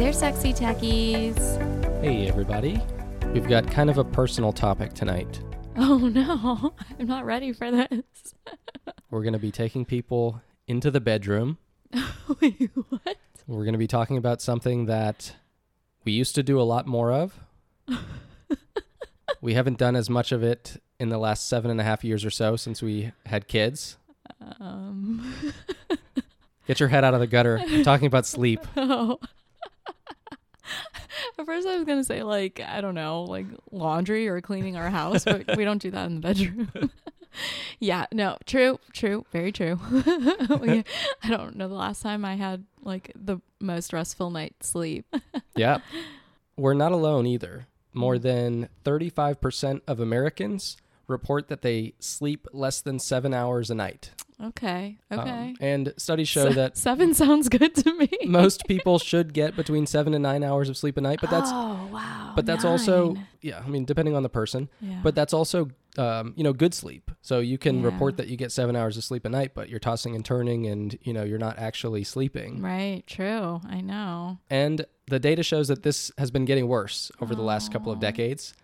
We're Sexy Techies. Hey, everybody. We've got kind of a personal topic tonight. Oh no, I'm not ready for this. We're going to be taking people into the bedroom. Wait, what? We're going to be talking about something that we used to do a lot more of. we haven't done as much of it in the last seven and a half years or so since we had kids. Um, Get your head out of the gutter. We're talking about sleep. oh. At first, I was gonna say like I don't know, like laundry or cleaning our house, but we don't do that in the bedroom. yeah, no, true, true, very true. We- I don't know the last time I had like the most restful night's sleep. Yeah. We're not alone either. More than 35% of Americans report that they sleep less than seven hours a night. Okay, Um, okay. and studies show Se- that seven sounds good to me. most people should get between seven and nine hours of sleep a night, but that's oh wow. but that's also nine. yeah. I mean, depending on the person, Yeah. but that's also um, you know good sleep. So you can Yeah. report that you get seven hours of sleep a night, but you're tossing and turning, and you know you're not actually sleeping. right, true. I know. And the data shows that this has been getting worse over the last couple of decades.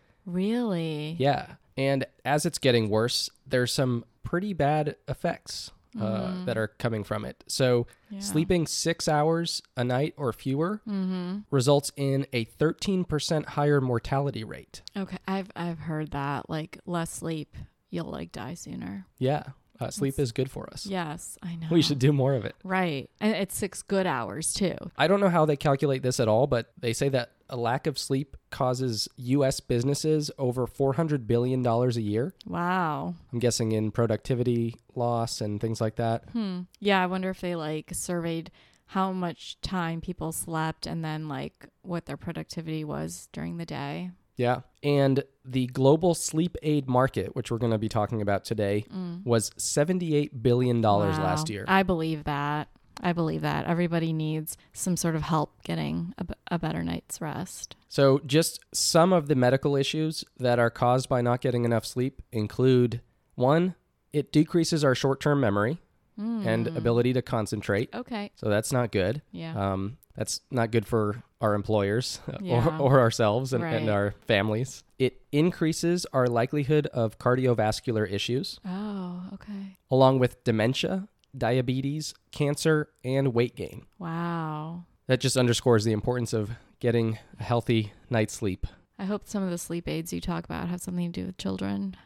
Really? Yeah, and as it's getting worse, there's some pretty bad effects uh, Mm. that are coming from it. So sleeping six hours a night or fewer Mm-hmm. results in a 13% higher mortality rate. Okay, I've I've heard that like less sleep, you'll like die sooner. Yeah, uh, sleep is good for us. Yes, I know. We should do more of it. Right, and it's six good hours too. I don't know how they calculate this at all, but they say that a lack of sleep causes U.S. businesses over $400 billion a year. Wow. I'm guessing in productivity loss and things like that. Hmm. Yeah, I wonder if they like surveyed how much time people slept and then like what their productivity was during the day. Yeah. And the global sleep aid market, which we're going to be talking about today, was $78 billion last Mm. Wow. year. I believe that. I believe that everybody needs some sort of help getting a, b- a better night's rest. So, just some of the medical issues that are caused by not getting enough sleep include one, it decreases our short term memory and ability to concentrate. Okay. So, that's not good. Hmm. Yeah. Um, that's not good for our employers Yeah. or, or ourselves and, Right. and our families. It increases our likelihood of cardiovascular issues, oh, okay. along with dementia, diabetes, cancer, and weight gain. Wow. That just underscores the importance of getting a healthy night's sleep. I hope some of the sleep aids you talk about have something to do with children.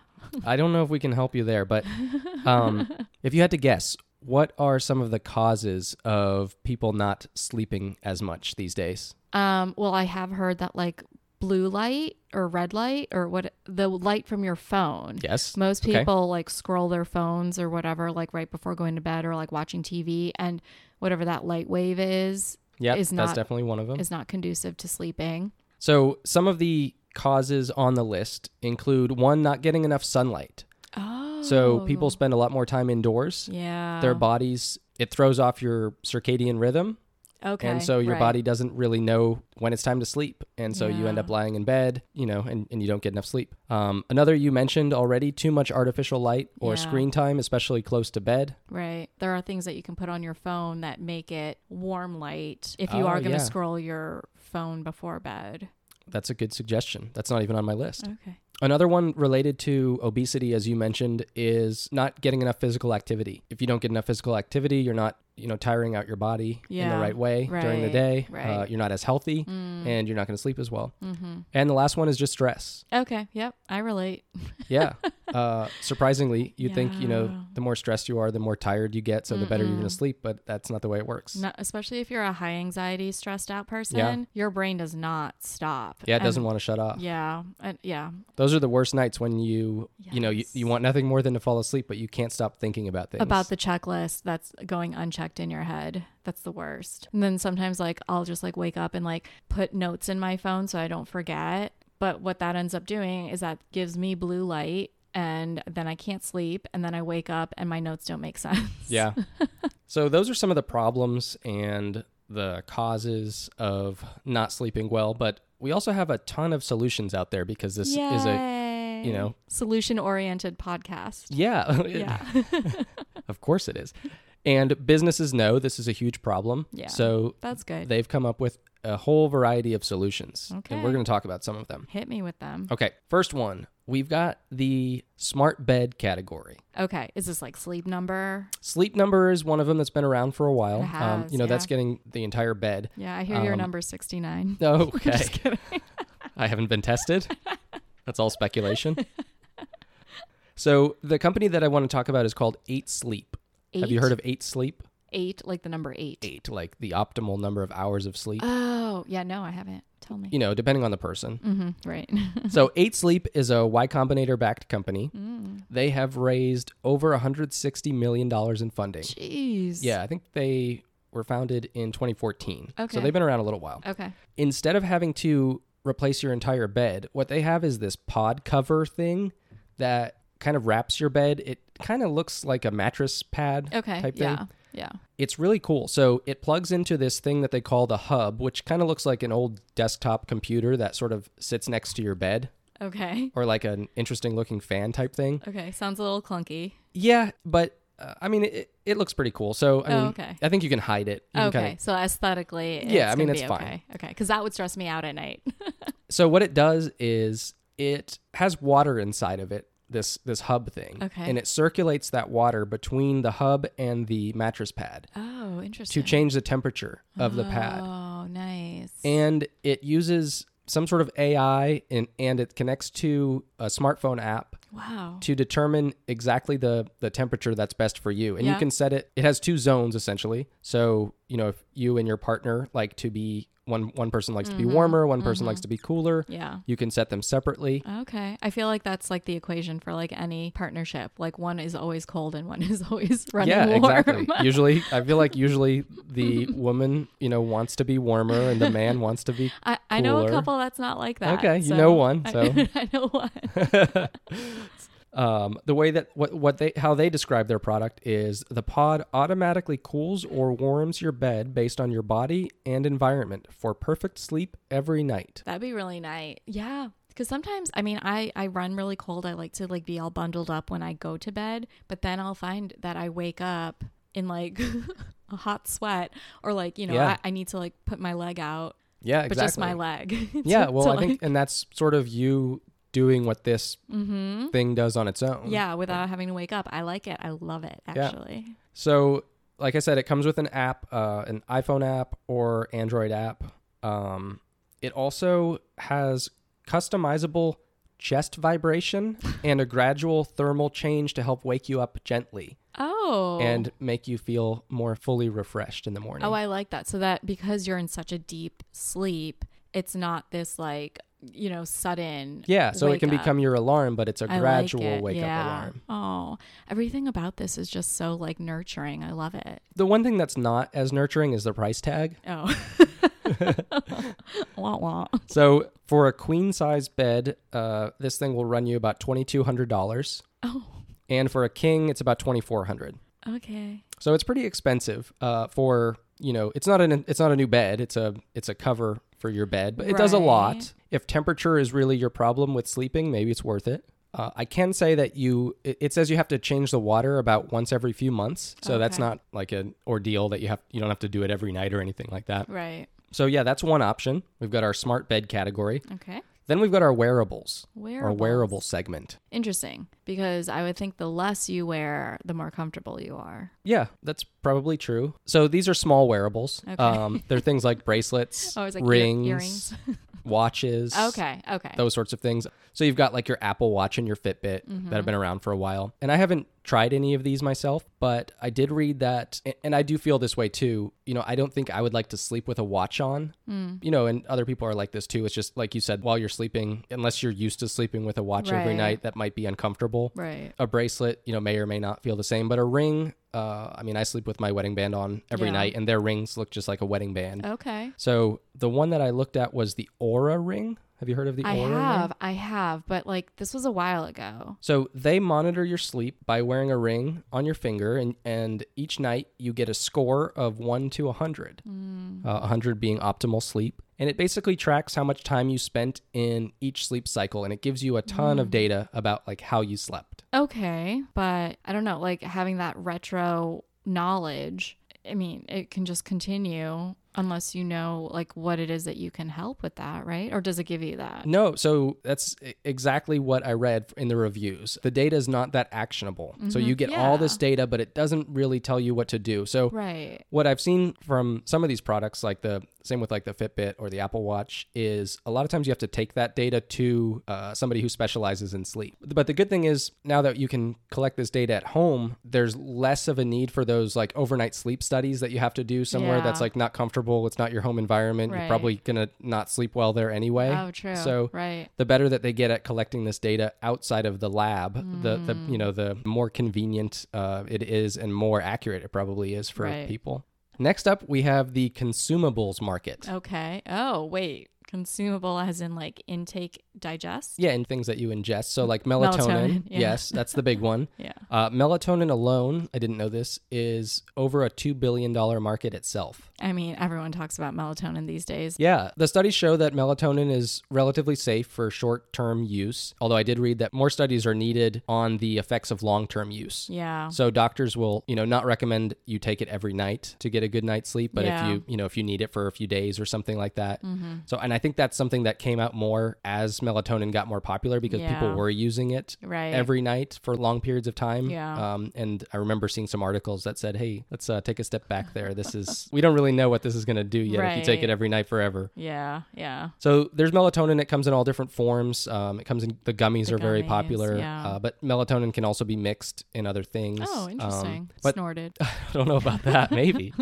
I don't know if we can help you there, but um, if you had to guess, what are some of the causes of people not sleeping as much these days? Um, well, I have heard that like blue light or red light or what the light from your phone. Yes. Most Okay. people like scroll their phones or whatever, like right before going to bed or like watching TV, and whatever that light wave is Yep, is that's not- definitely one of them. is not conducive to sleeping. So, some of the causes on the list include one, not getting enough sunlight. Oh, So, people spend a lot more time indoors. yeah, Their bodies, it throws off your circadian rhythm. okay, and so, your right. body doesn't really know when it's time to sleep. And so, you end Yeah. up lying in bed, you know, and, and you don't get enough sleep. Um, another you mentioned already too much artificial light or Yeah. screen time, especially close to bed. Right. There are things that you can put on your phone that make it warm light if you Oh, are going to yeah. scroll your phone before bed. That's a good suggestion. That's not even on my list. Okay. Another one related to obesity, as you mentioned, is not getting enough physical activity. If you don't get enough physical activity, you're not, you know, tiring out your body in Yeah, the right way during the right, day. Uh, right. you're not as healthy, and you're not going to sleep as well. Mm, Mm-hmm. And the last one is just stress. Okay. Yep. I relate. Yeah. uh, surprisingly, you think you know Yeah. the more stressed you are, the more tired you get, so the better you're going Mm-mm. to sleep. But that's not the way it works. Not, especially if you're a high anxiety, stressed out person, your brain does not stop. Yeah, it And- doesn't want to shut off. Yeah. And yeah. Those are the worst nights when you, you know, you, Yes. you want nothing more than to fall asleep, but you can't stop thinking about things. About the checklist that's going unchecked in your head. That's the worst. And then sometimes, like, I'll just like wake up and like put notes in my phone so I don't forget. But what that ends up doing is that gives me blue light. And then I can't sleep, and then I wake up and my notes don't make sense. Yeah. so those are some of the problems and the causes of not sleeping well, but we also have a ton of solutions out there because this is a you know- solution oriented podcast. yeah, Yeah. of course it is. And businesses know this is a huge problem. Yeah. So That's good. they've come up with a whole variety of solutions. And we're Okay. going to talk about some of them. Hit me with them. Okay. First one, we've got the smart bed category. Okay. Is this like sleep number? Sleep number is one of them that's been around for a while. It um, has, you know, that's yeah. getting the entire bed. Yeah, I hear your Um, number 69. Okay. Just kidding. I haven't been tested. That's all speculation. So the company that I want to talk about is called Eight Sleep. Have you Eight? heard of Eight Sleep? Eight, like the number eight. Eight, like the optimal number of hours of sleep. Oh, yeah, no, I haven't. Tell me. you know, depending on the person. Mm-hmm, right. so Eight Sleep is a Y Combinator backed company. Mm. They have raised over 160 million dollars in funding. Jeez. Yeah, I think they were founded in 2014. So Okay. they've been around a little while. Okay. instead of having to replace your entire bed, what they have is this pod cover thing that kind of wraps your bed. It kind of looks like a mattress pad Okay. type yeah. thing. Yeah. It's really cool. So it plugs into this thing that they call the hub, which kind of looks like an old desktop computer that sort of sits next to your bed Okay. or like an interesting looking fan type thing. Okay. Sounds a little clunky. Yeah, but uh, I mean, it, it looks pretty cool. So I Oh, mean, okay. I think you can hide it. You can okay. kinda- so aesthetically, it's Yeah, I mean, gonna it's be fine. Okay. Okay. Because that would stress me out at night. So what it does is it has water inside of it. This this hub thing, Okay. and it circulates that water between the hub and the mattress pad oh, to interesting. change the temperature of the pad. Oh, nice. And it uses some sort of AI and and it connects to a smartphone app wow. to determine exactly the the temperature that's best for you. And you Yeah. can set it. It has two zones essentially. So you know if you and your partner like to be one one person likes Mm-hmm. to be warmer, one person likes to be cooler. Yeah. You can set them separately. Okay. I feel like that's like the equation for like any partnership. Like one is always cold and one is always running yeah, warm. exactly. Usually, I feel like usually the woman, you know, wants to be warmer and the man wants to be. I, I know a Cooler. couple that's not like that. Okay, you so know one, I- so. I, know one. Um, the way that what what they how they describe their product is the pod automatically cools or warms your bed based on your body and environment for perfect sleep every night. That'd be really nice. Yeah. Because sometimes, I mean, I, I run really cold. I like to like be all bundled up when I go to bed, but then I'll find that I wake up in like a hot sweat or like, you know, Yeah. I, I need to like put my leg out, Yeah, but exactly. just my leg. to- yeah, well, to, I think, like- and that's sort of you doing what this thing does on its own. mm-hmm. yeah, without having to wake up. I like it. I love it, actually. So, like I said, it comes with an app, uh, an iPhone app or Android app. Um, it also has customizable chest vibration and a gradual thermal change to help wake you up gently Oh. and make you feel more fully refreshed in the morning. Oh, I like that. So that because you're in such a deep sleep, it's not this like, you know, sudden. yeah, so it wake can up. become your alarm, but it's a I like gradual it. wake up Yeah. alarm. Oh, everything about this is just so like nurturing. I love it. The one thing that's not as nurturing is the price tag. Oh. wah, wah. So, for a queen size bed, uh, this thing will run you about $2,200. Oh, and for a king it's about 2400 okay. so it's pretty expensive uh, for you know it's not an it's not a new bed it's a it's a cover for your bed but it does a lot Right. if temperature is really your problem with sleeping maybe it's worth it uh, i can say that you it, it says you have to change the water about once every few months so that's Okay. not like an ordeal that you have you don't have to do it every night or anything like that Right. so yeah that's one option we've got our smart bed category Okay. then we've got our wearables our Wearables. wearable segment Interesting, because I would think the less you wear, the more comfortable you are. Yeah, that's probably true. So these are small wearables. Okay. Um, they're things like bracelets, Oh, it's like ear- rings, earrings. watches. Okay. Okay. Those sorts of things. So you've got like your Apple Watch and your Fitbit that Mm-hmm. have been around for a while. And I haven't tried any of these myself, but I did read that, a- and I do feel this way too. You know, I don't think I would like to sleep with a watch on. Mm. You know, and other people are like this too. It's just like you said, while you're sleeping, unless you're used to sleeping with a watch every Right. night, that might be uncomfortable right. a bracelet, you know, may or may not feel the same, but a ring, uh, I mean, I sleep with my wedding band on every Yeah. night, and their rings look just like a wedding band. Okay. So the one that I looked at was the Aura ring. Have you heard of the I Aura have, ring? I have, but like this was a while ago. So they monitor your sleep by wearing a ring on your finger, and, and each night you get a score of 1 to 100, Mm. uh, 100 being optimal sleep. And it basically tracks how much time you spent in each sleep cycle, and it gives you a ton Mm. of data about like how you slept. Okay, but I don't know, like having that retro knowledge, I mean, it can just continue unless you know like what it is that you can help with that, right? Or does it give you that? No, so that's e- exactly what I read in the reviews. The data is not that actionable. So Mm-hmm. you get all this data, but it doesn't really tell you what to do. So Right. what I've seen from some of these products, like the same with like the Fitbit or the Apple Watch, is a lot of times you have to take that data to uh, somebody who specializes in sleep. But the good thing is now that you can collect this data at home, there's less of a need for those like overnight sleep studies that you have to do somewhere Yeah. that's like not comfortable. It's not your home environment. Right. You're probably gonna not sleep well there anyway. Oh, true. So right. the better that they get at collecting this data outside of the lab, the, the you know the more convenient uh, it is and more accurate it probably is for Right. people. Next up, we have the consumables market. Okay. Oh, wait. Consumable as in like intake, digest? Yeah, and things that you ingest. So like melatonin. Melatonin, yeah. Yes, that's the big one. Yeah. Uh, melatonin alone, I didn't know this, is over a two billion dollar market itself. I mean, everyone talks about melatonin these days. Yeah, the studies show that melatonin is relatively safe for short term use, although I did read that more studies are needed on the effects of long term use. Yeah. So doctors will, you know, not recommend you take it every night to get a good night's sleep, but Yeah. Mm-hmm. if you, you know, if you need it for a few days or something like that. So, and I think that's something that came out more as melatonin got more popular because Yeah. people were using it Right. every night for long periods of time. Yeah. Um, and I remember seeing some articles that said, "Hey, let's uh, take a step back there. This is we don't really know what this is going to do yet if you take Right. it every night forever." yeah. Yeah. So there's melatonin. It comes in all different forms. Um, it comes in the gummies are very gummies, popular, yeah. uh, but melatonin can also be mixed in other things. Oh, Um, interesting. but Snorted. I don't know about that. Maybe.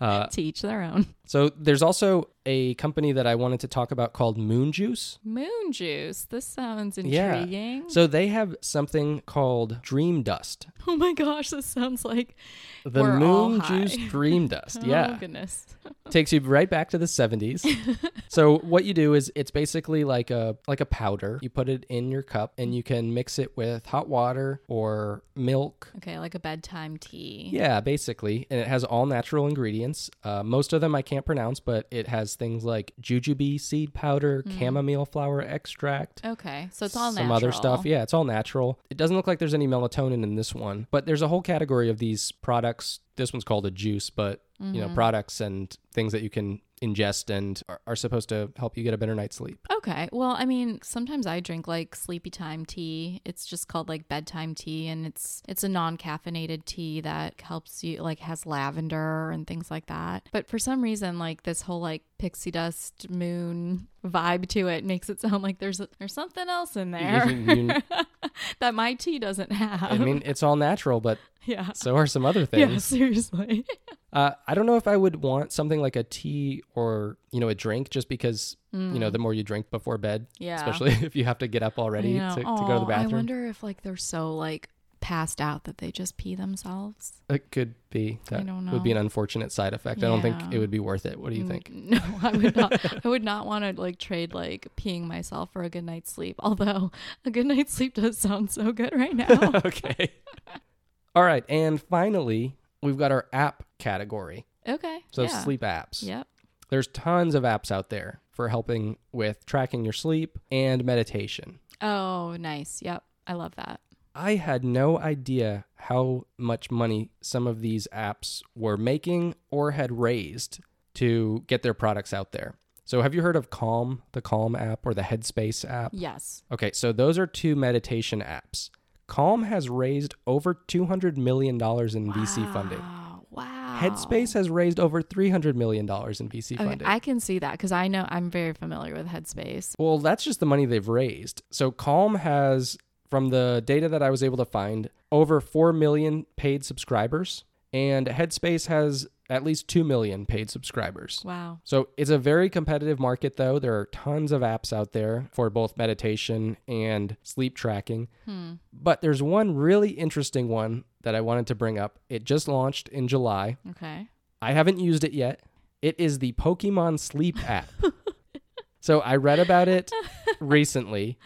Uh, to each their own. so there's also a company that I wanted to talk about called Moon Juice. Moon juice. This sounds Yeah. intriguing. So they have something called Dream Dust. oh my gosh, this sounds like The We're all Moon high. Juice Dream Dust. yeah. Oh goodness. takes you right back to the 70s. so what you do is it's basically like a like a powder. You put it in your cup and you can mix it with hot water or milk. Okay, like a bedtime tea. Yeah, basically, and it has all natural ingredients. Uh, most of them I can't pronounce, but it has things like jujube seed powder, chamomile flower extract, Okay, so it's all some natural. other stuff. Yeah, it's all natural. It doesn't look like there's any melatonin in this one, but there's a whole category of these products. This one's called a juice, but you Mm-hmm. know, products and things that you can ingest and are, are supposed to help you get a better night's sleep. Okay, well, I mean, sometimes I drink like sleepy time tea. It's just called like bedtime tea, and it's it's a non caffeinated tea that helps you like has lavender and things like that. But for some reason, like this whole like pixie dust moon vibe to it makes it sound like there's there's something else in there You- you- that my tea doesn't have. I mean, it's all natural, but yeah. so are some other Yeah, things. seriously. Uh, I don't know if I would want something like a tea or you know a drink, just because you know the more you drink before bed, Mm. Yeah. especially if you have to get up already I know. to, to go to the Aw, I bathroom, wonder if like they're so like passed out that they just pee themselves. it could be that don't would be an unfortunate side effect. I don't think Yeah. it would be worth it. What do you think? Mm, No, I would not. I would not want to like trade like peeing myself for a good night's sleep. Although a good night's sleep does sound so good right now. okay. All right. And finally, we've got our app category. okay. So yeah. sleep apps. Yep. There's tons of apps out there for helping with tracking your sleep and meditation. Oh, nice. Yep. I love that. I had no idea how much money some of these apps were making or had raised to get their products out there. So, have you heard of Calm, the Calm app, or the Headspace app? Yes. Okay, so those are two meditation apps. Calm has raised over $200 million in VC funding. Wow. Ah, Wow. Headspace has raised over $300 million in VC Okay, funding. I can see that because I know I'm very familiar with Headspace. well, that's just the money they've raised. So Calm has, from the data that I was able to find, over 4 million paid subscribers, and Headspace has at least 2 million paid subscribers. Wow. So it's a very competitive market, though. There are tons of apps out there for both meditation and sleep tracking. Hmm. But there's one really interesting one that I wanted to bring up. It just launched in July. Okay. I haven't used it yet. It is the Pokemon Sleep app. So I read about it recently.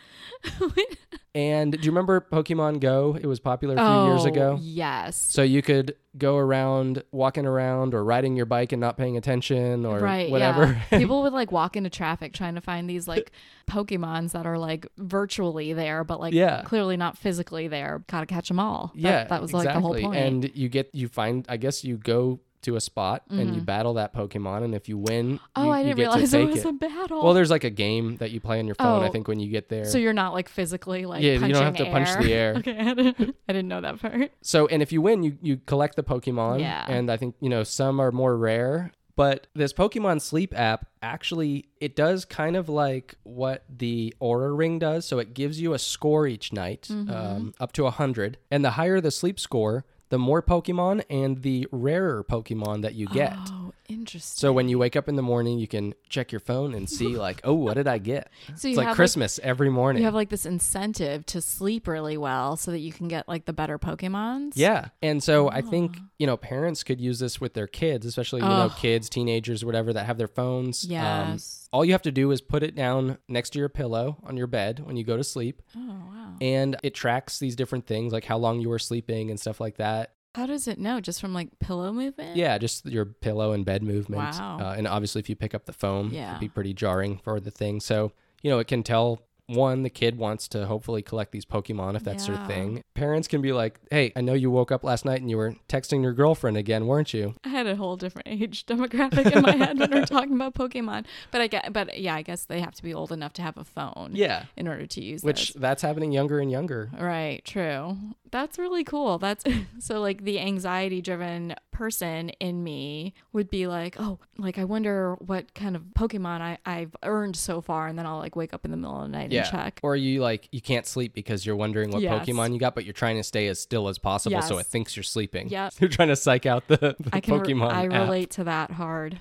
and do you remember Pokemon Go? It was popular a few years ago. Oh, Yes. So you could go around walking around or riding your bike and not paying attention or Right. whatever. Yeah. People would like walk into traffic trying to find these like Pokemons that are like virtually there, but like Yeah. clearly not physically there. Gotta catch them all. That- yeah, That was like the whole exactly. point. And you get you find I guess you go to a spot and you battle that Pokemon and if you win, Mm-hmm. oh, you, I you didn't get to realize it take was it. a battle. Well, there's like a game that you play on your phone. I Oh. think when you get there, so you're not like physically like yeah, you don't have to punching punch the air. Okay, I didn't, I didn't know that part. So, and if you win, you you collect the Pokemon. Yeah. And I think you know some are more rare, but this Pokemon Sleep app actually it does kind of like what the Aura Ring does. So it gives you a score each night, Mm-hmm. um, up to hundred, and the higher the sleep score, the more Pokemon and the rarer Pokemon that you get. Oh, interesting. So when you wake up in the morning, you can check your phone and see like, oh, what did I get? So it's you like have, like- Christmas every morning. You have like this incentive to sleep really well so that you can get like the better Pokemons. Yeah. And so I think, you know, parents could use this with their kids, especially, you know, Ugh. kids, teenagers, whatever that have their phones. Um, Yes. all you have to do is put it down next to your pillow on your bed when you go to sleep. Oh wow. And it tracks these different things like how long you were sleeping and stuff like that. How does it know? Just from like pillow movement? Yeah, just your pillow and bed movement. Wow. Uh, and obviously, if you pick up the phone, Yeah. it'd be pretty jarring for the thing. So, you know, it can tell one, the kid wants to hopefully collect these Pokemon if that's Yeah. their thing. Parents can be like, hey, I know you woke up last night and you were texting your girlfriend again, weren't you? I had a whole different age demographic in my head when we're talking about Pokemon. But I get but yeah, I guess they have to be old enough to have a phone Yeah. in order to use Which this. that's happening younger and younger. Right, true. That's really cool. That's so like the anxiety driven person in me would be like, oh, like I wonder what kind of Pokemon I, I've earned so far. And then I'll like wake up in the middle of the night and check. Or you like you can't sleep because you're wondering what Yes. Pokemon you got, but you're trying to stay as still as possible so Yes. it thinks you're sleeping. Yep. You're trying to psych out the, the I can Pokemon. I app. relate to that hard.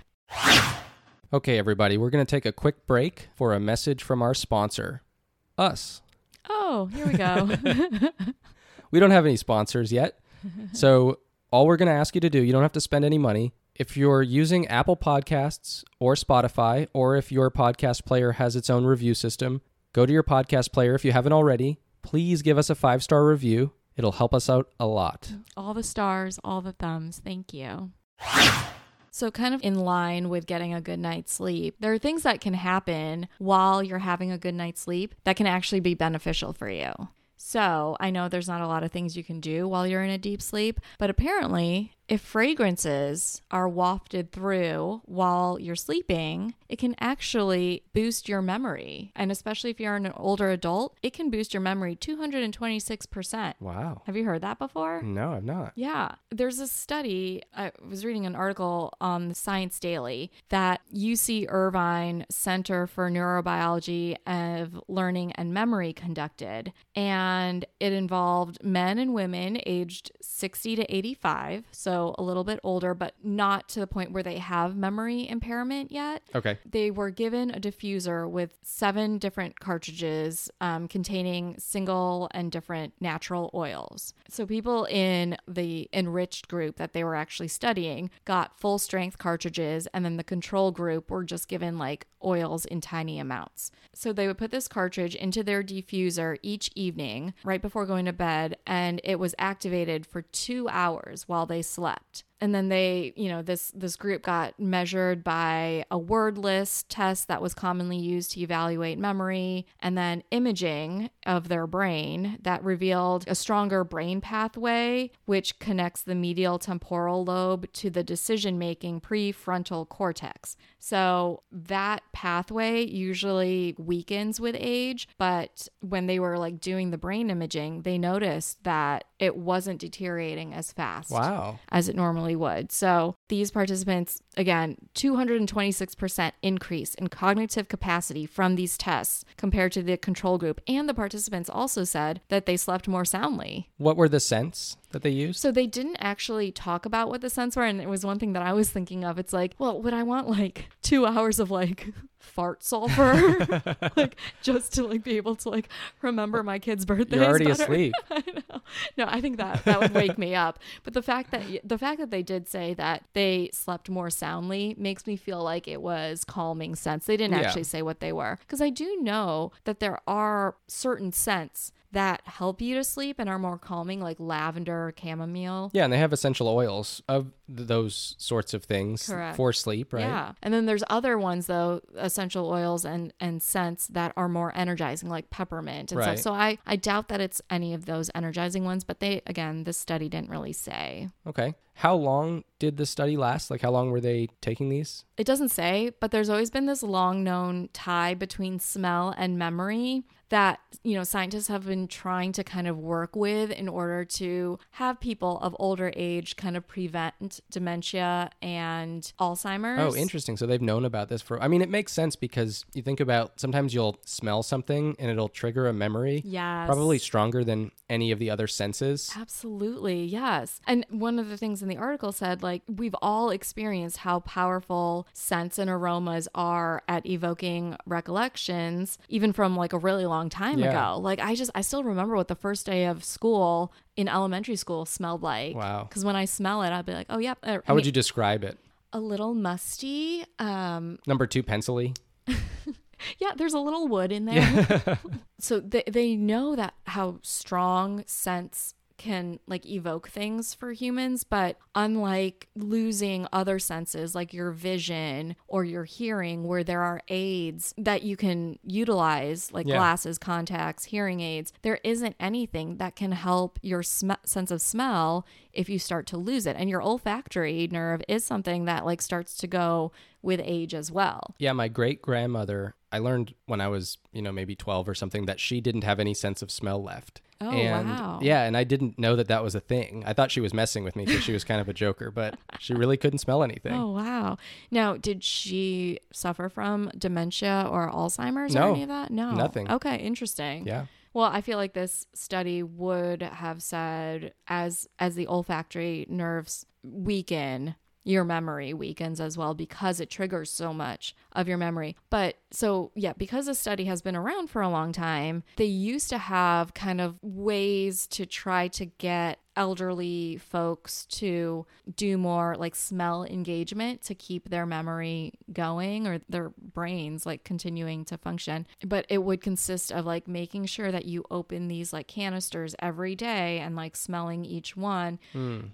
Okay, everybody, we're gonna take a quick break for a message from our sponsor. Us. Oh, here we go. We don't have any sponsors yet. so all we're gonna ask you to do, you don't have to spend any money. If you're using Apple Podcasts or Spotify, or if your podcast player has its own review system, go to your podcast player if you haven't already. Please give us a five star review. It'll help us out a lot. all the stars, all the thumbs. Thank you. So, kind of in line with getting a good night's sleep, there are things that can happen while you're having a good night's sleep that can actually be beneficial for you. So, I know there's not a lot of things you can do while you're in a deep sleep, but apparently, if fragrances are wafted through while you're sleeping, it can actually boost your memory. And especially if you're an older adult, it can boost your memory 226%. Wow. Have you heard that before? No, I've not. Yeah. There's a study, I was reading an article on the Science Daily that UC Irvine Center for Neurobiology of Learning and Memory conducted. And it involved men and women aged 60 to 85, so a little bit older, but not to the point where they have memory impairment yet Okay. they were given a diffuser with seven different cartridges um, containing single and different natural oils. So, people in the enriched group that they were actually studying got full strength cartridges, and then the control group were just given like oils in tiny amounts. So, they would put this cartridge into their diffuser each evening right before going to bed, and it was activated for two hours while they slept and then they you know this this group got measured by a word list test that was commonly used to evaluate memory and then imaging of their brain that revealed a stronger brain pathway which connects the medial temporal lobe to the decision making prefrontal cortex so that pathway usually weakens with age but when they were like doing the brain imaging they noticed that it wasn't deteriorating as fast Wow. as it normally would. So these participants, again, 226% increase in cognitive capacity from these tests compared to the control group. And the participants also said that they slept more soundly. What were the scents that they used? So they didn't actually talk about what the scents were. And it was one thing that I was thinking of. It's like, well, would I want like two hours of like fart sulfur? like just to like be able to like remember my kid's birthday. You're already asleep. I know. No, I think that that would wake me up. But the fact that the fact that they did say that they they slept more soundly makes me feel like it was calming scents. They didn't Yeah. actually say what they were. Because I do know that there are certain scents that help you to sleep and are more calming, like lavender, chamomile. Yeah, and they have essential oils of th- those sorts of things Correct. for sleep, right? Yeah. And then there's other ones though, essential oils and and scents that are more energizing like peppermint and Right. stuff. So I I doubt that it's any of those energizing ones, but they again, this study didn't really say. Okay. How long did the study last? Like, how long were they taking these? It doesn't say, but there's always been this long known tie between smell and memory that, you know, scientists have been trying to kind of work with in order to have people of older age kind of prevent dementia and Alzheimer's. Oh, interesting. So they've known about this for. I mean, it makes sense because you think about sometimes you'll smell something and it'll trigger a memory, Yes. probably stronger than any of the other senses. Absolutely, yes. And one of the things in the article said, like, we've all experienced how powerful scents and aromas are at evoking recollections, even from like a really long time Yeah. ago. Like, I just, I still remember what the first day of school in elementary school smelled like. Wow. Because when I smell it, I'll be like, oh, yep. I, How would you describe it? A little musty. Um, Number two, pencily. yeah, there's a little wood in there. so they, they know that how strong scents can like evoke things for humans, but unlike losing other senses like your vision or your hearing, where there are aids that you can utilize, like Yeah. glasses, contacts, hearing aids, there isn't anything that can help your sm- sense of smell if you start to lose it. And your olfactory nerve is something that like starts to go with age as well. Yeah, my great grandmother, I learned when I was, you know, maybe 12 or something that she didn't have any sense of smell left. Oh, and, wow. Yeah, and I didn't know that that was a thing. I thought she was messing with me because she was kind of a joker, but she really couldn't smell anything. Oh wow! Now, did she suffer from dementia or Alzheimer's No. or any of that? No, Nothing. Okay, interesting. Yeah. Well, I feel like this study would have said as as the olfactory nerves weaken, your memory weakens as well because it triggers so much of your memory. But so yeah, because the study has been around for a long time, they used to have kind of ways to try to get elderly folks to do more like smell engagement to keep their memory going or their brains like continuing to function but it would consist of like making sure that you open these like canisters every day and like smelling each one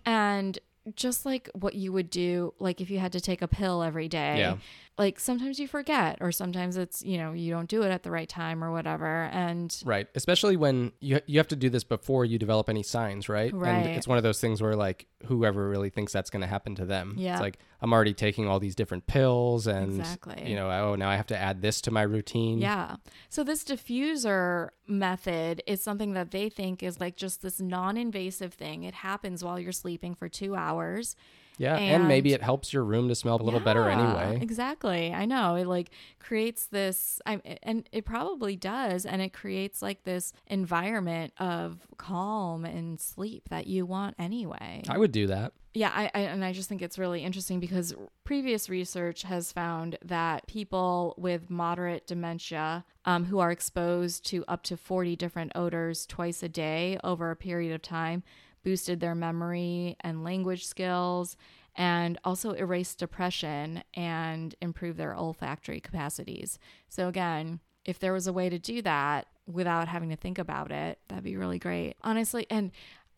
and just like what you would do like if you had to take a pill every day Yeah. like sometimes you forget or sometimes it's you know you don't do it at the right time or whatever and Right. Especially when you you have to do this before you develop any signs, right? Right. And it's one of those things where like whoever really thinks that's going to happen to them. Yeah. It's like I'm already taking all these different pills and Exactly. you know, oh, now I have to add this to my routine. Yeah. So this diffuser method is something that they think is like just this non-invasive thing. It happens while you're sleeping for 2 hours. Yeah, and, maybe And- it helps your room to smell a little better Yeah, anyway. Exactly. I know. It like creates this I and it probably does and it creates like this environment of calm and sleep that you want anyway. I would do that. Yeah, I, I and I just think it's really interesting because previous research has found that people with moderate dementia um, who are exposed to up to 40 different odors twice a day over a period of time boosted their memory and language skills and also erased depression and improved their olfactory capacities. So again, if there was a way to do that without having to think about it, that'd be really great. Honestly, and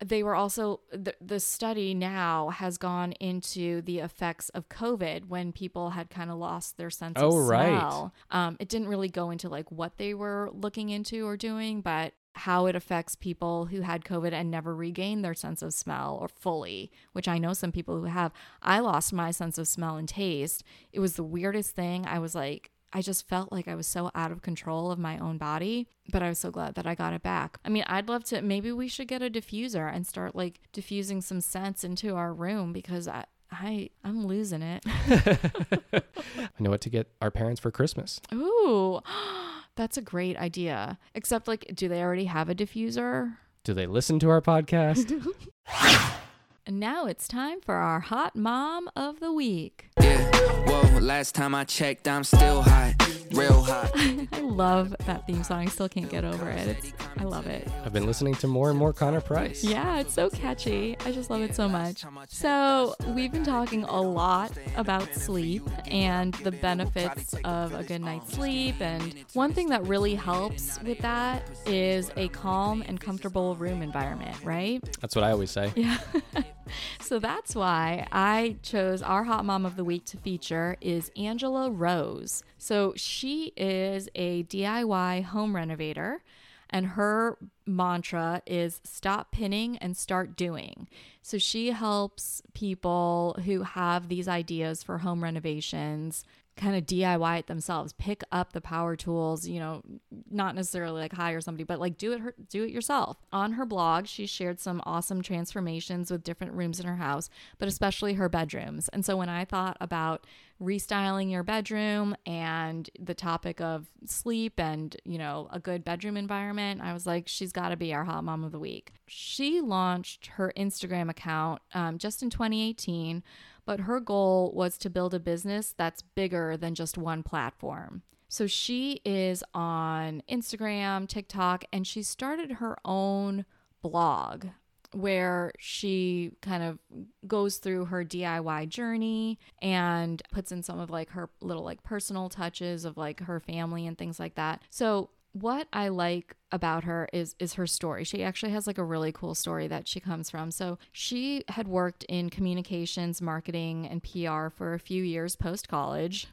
they were also the, the study now has gone into the effects of covid when people had kind of lost their sense Oh, of right. smell um, it didn't really go into like what they were looking into or doing but how it affects people who had covid and never regained their sense of smell or fully which i know some people who have i lost my sense of smell and taste it was the weirdest thing i was like I just felt like I was so out of control of my own body, but I was so glad that I got it back. I mean, I'd love to maybe we should get a diffuser and start like diffusing some scents into our room because I I I'm losing it. I know what to get our parents for Christmas. Ooh. That's a great idea. Except like do they already have a diffuser? Do they listen to our podcast? And now it's time for our hot mom of the week. Yeah, whoa, last time I checked, I'm still hot. real hot. I love that theme song. I still can't get over it. It's, I love it. I've been listening to more and more Connor Price. Yeah, it's so catchy. I just love it so much. So, we've been talking a lot about sleep and the benefits of a good night's sleep. And one thing that really helps with that is a calm and comfortable room environment, right? That's what I always say. Yeah. so that's why I chose our hot mom of the week to feature is Angela Rose. So she is a DIY home renovator and her mantra is stop pinning and start doing. So she helps people who have these ideas for home renovations kind of DIY it themselves. Pick up the power tools, you know, not necessarily like hire somebody, but like do it her, do it yourself. On her blog, she shared some awesome transformations with different rooms in her house, but especially her bedrooms. And so when I thought about restyling your bedroom and the topic of sleep and, you know, a good bedroom environment, I was like she's got to be our hot mom of the week. She launched her Instagram account um, just in 2018 but her goal was to build a business that's bigger than just one platform. So she is on Instagram, TikTok, and she started her own blog where she kind of goes through her DIY journey and puts in some of like her little like personal touches of like her family and things like that. So what I like about her is is her story. She actually has like a really cool story that she comes from. So she had worked in communications, marketing, and PR for a few years post college.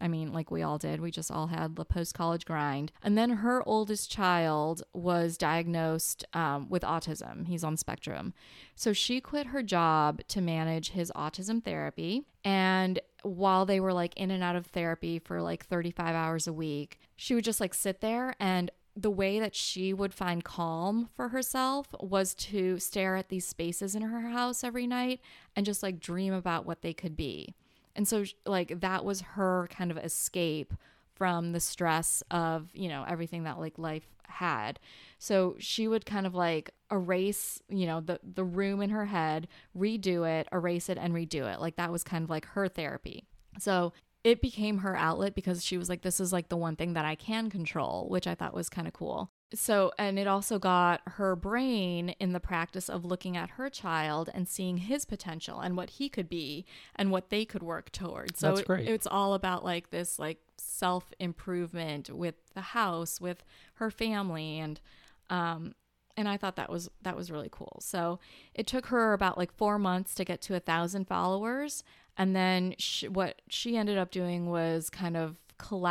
I mean, like we all did. We just all had the post college grind. And then her oldest child was diagnosed um, with autism. He's on spectrum. So she quit her job to manage his autism therapy. And while they were like in and out of therapy for like 35 hours a week, she would just like sit there and the way that she would find calm for herself was to stare at these spaces in her house every night and just like dream about what they could be. And so like that was her kind of escape from the stress of, you know, everything that like life had. So she would kind of like erase, you know, the the room in her head, redo it, erase it and redo it. Like that was kind of like her therapy. So it became her outlet because she was like this is like the one thing that I can control, which I thought was kind of cool. So, and it also got her brain in the practice of looking at her child and seeing his potential and what he could be and what they could work towards. So That's great. It, it's all about like this like self improvement with the house, with her family, and um, and I thought that was that was really cool. So it took her about like four months to get to a thousand followers, and then she, what she ended up doing was kind of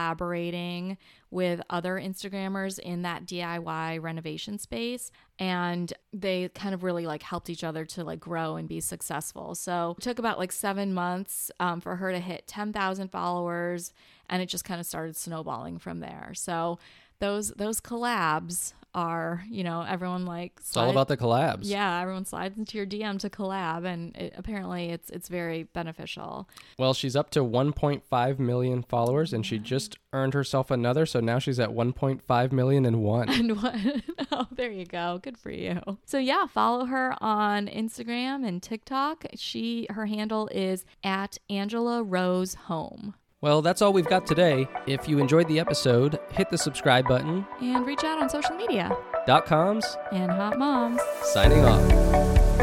collaborating with other Instagrammers in that DIY renovation space and they kind of really like helped each other to like grow and be successful. So it took about like seven months um, for her to hit 10,000 followers and it just kind of started snowballing from there. So those those collabs are you know everyone like It's all about the collabs. yeah everyone slides into your DM to collab and it, apparently it's it's very beneficial. Well, she's up to 1.5 million followers and she just earned herself another, so now she's at 1.5 million and one. and what oh there you go good for you so yeah follow her on instagram and tiktok she her handle is at angela rose home Well, that's all we've got today. If you enjoyed the episode, hit the subscribe button. and reach out on social media Dot coms and hot moms signing off.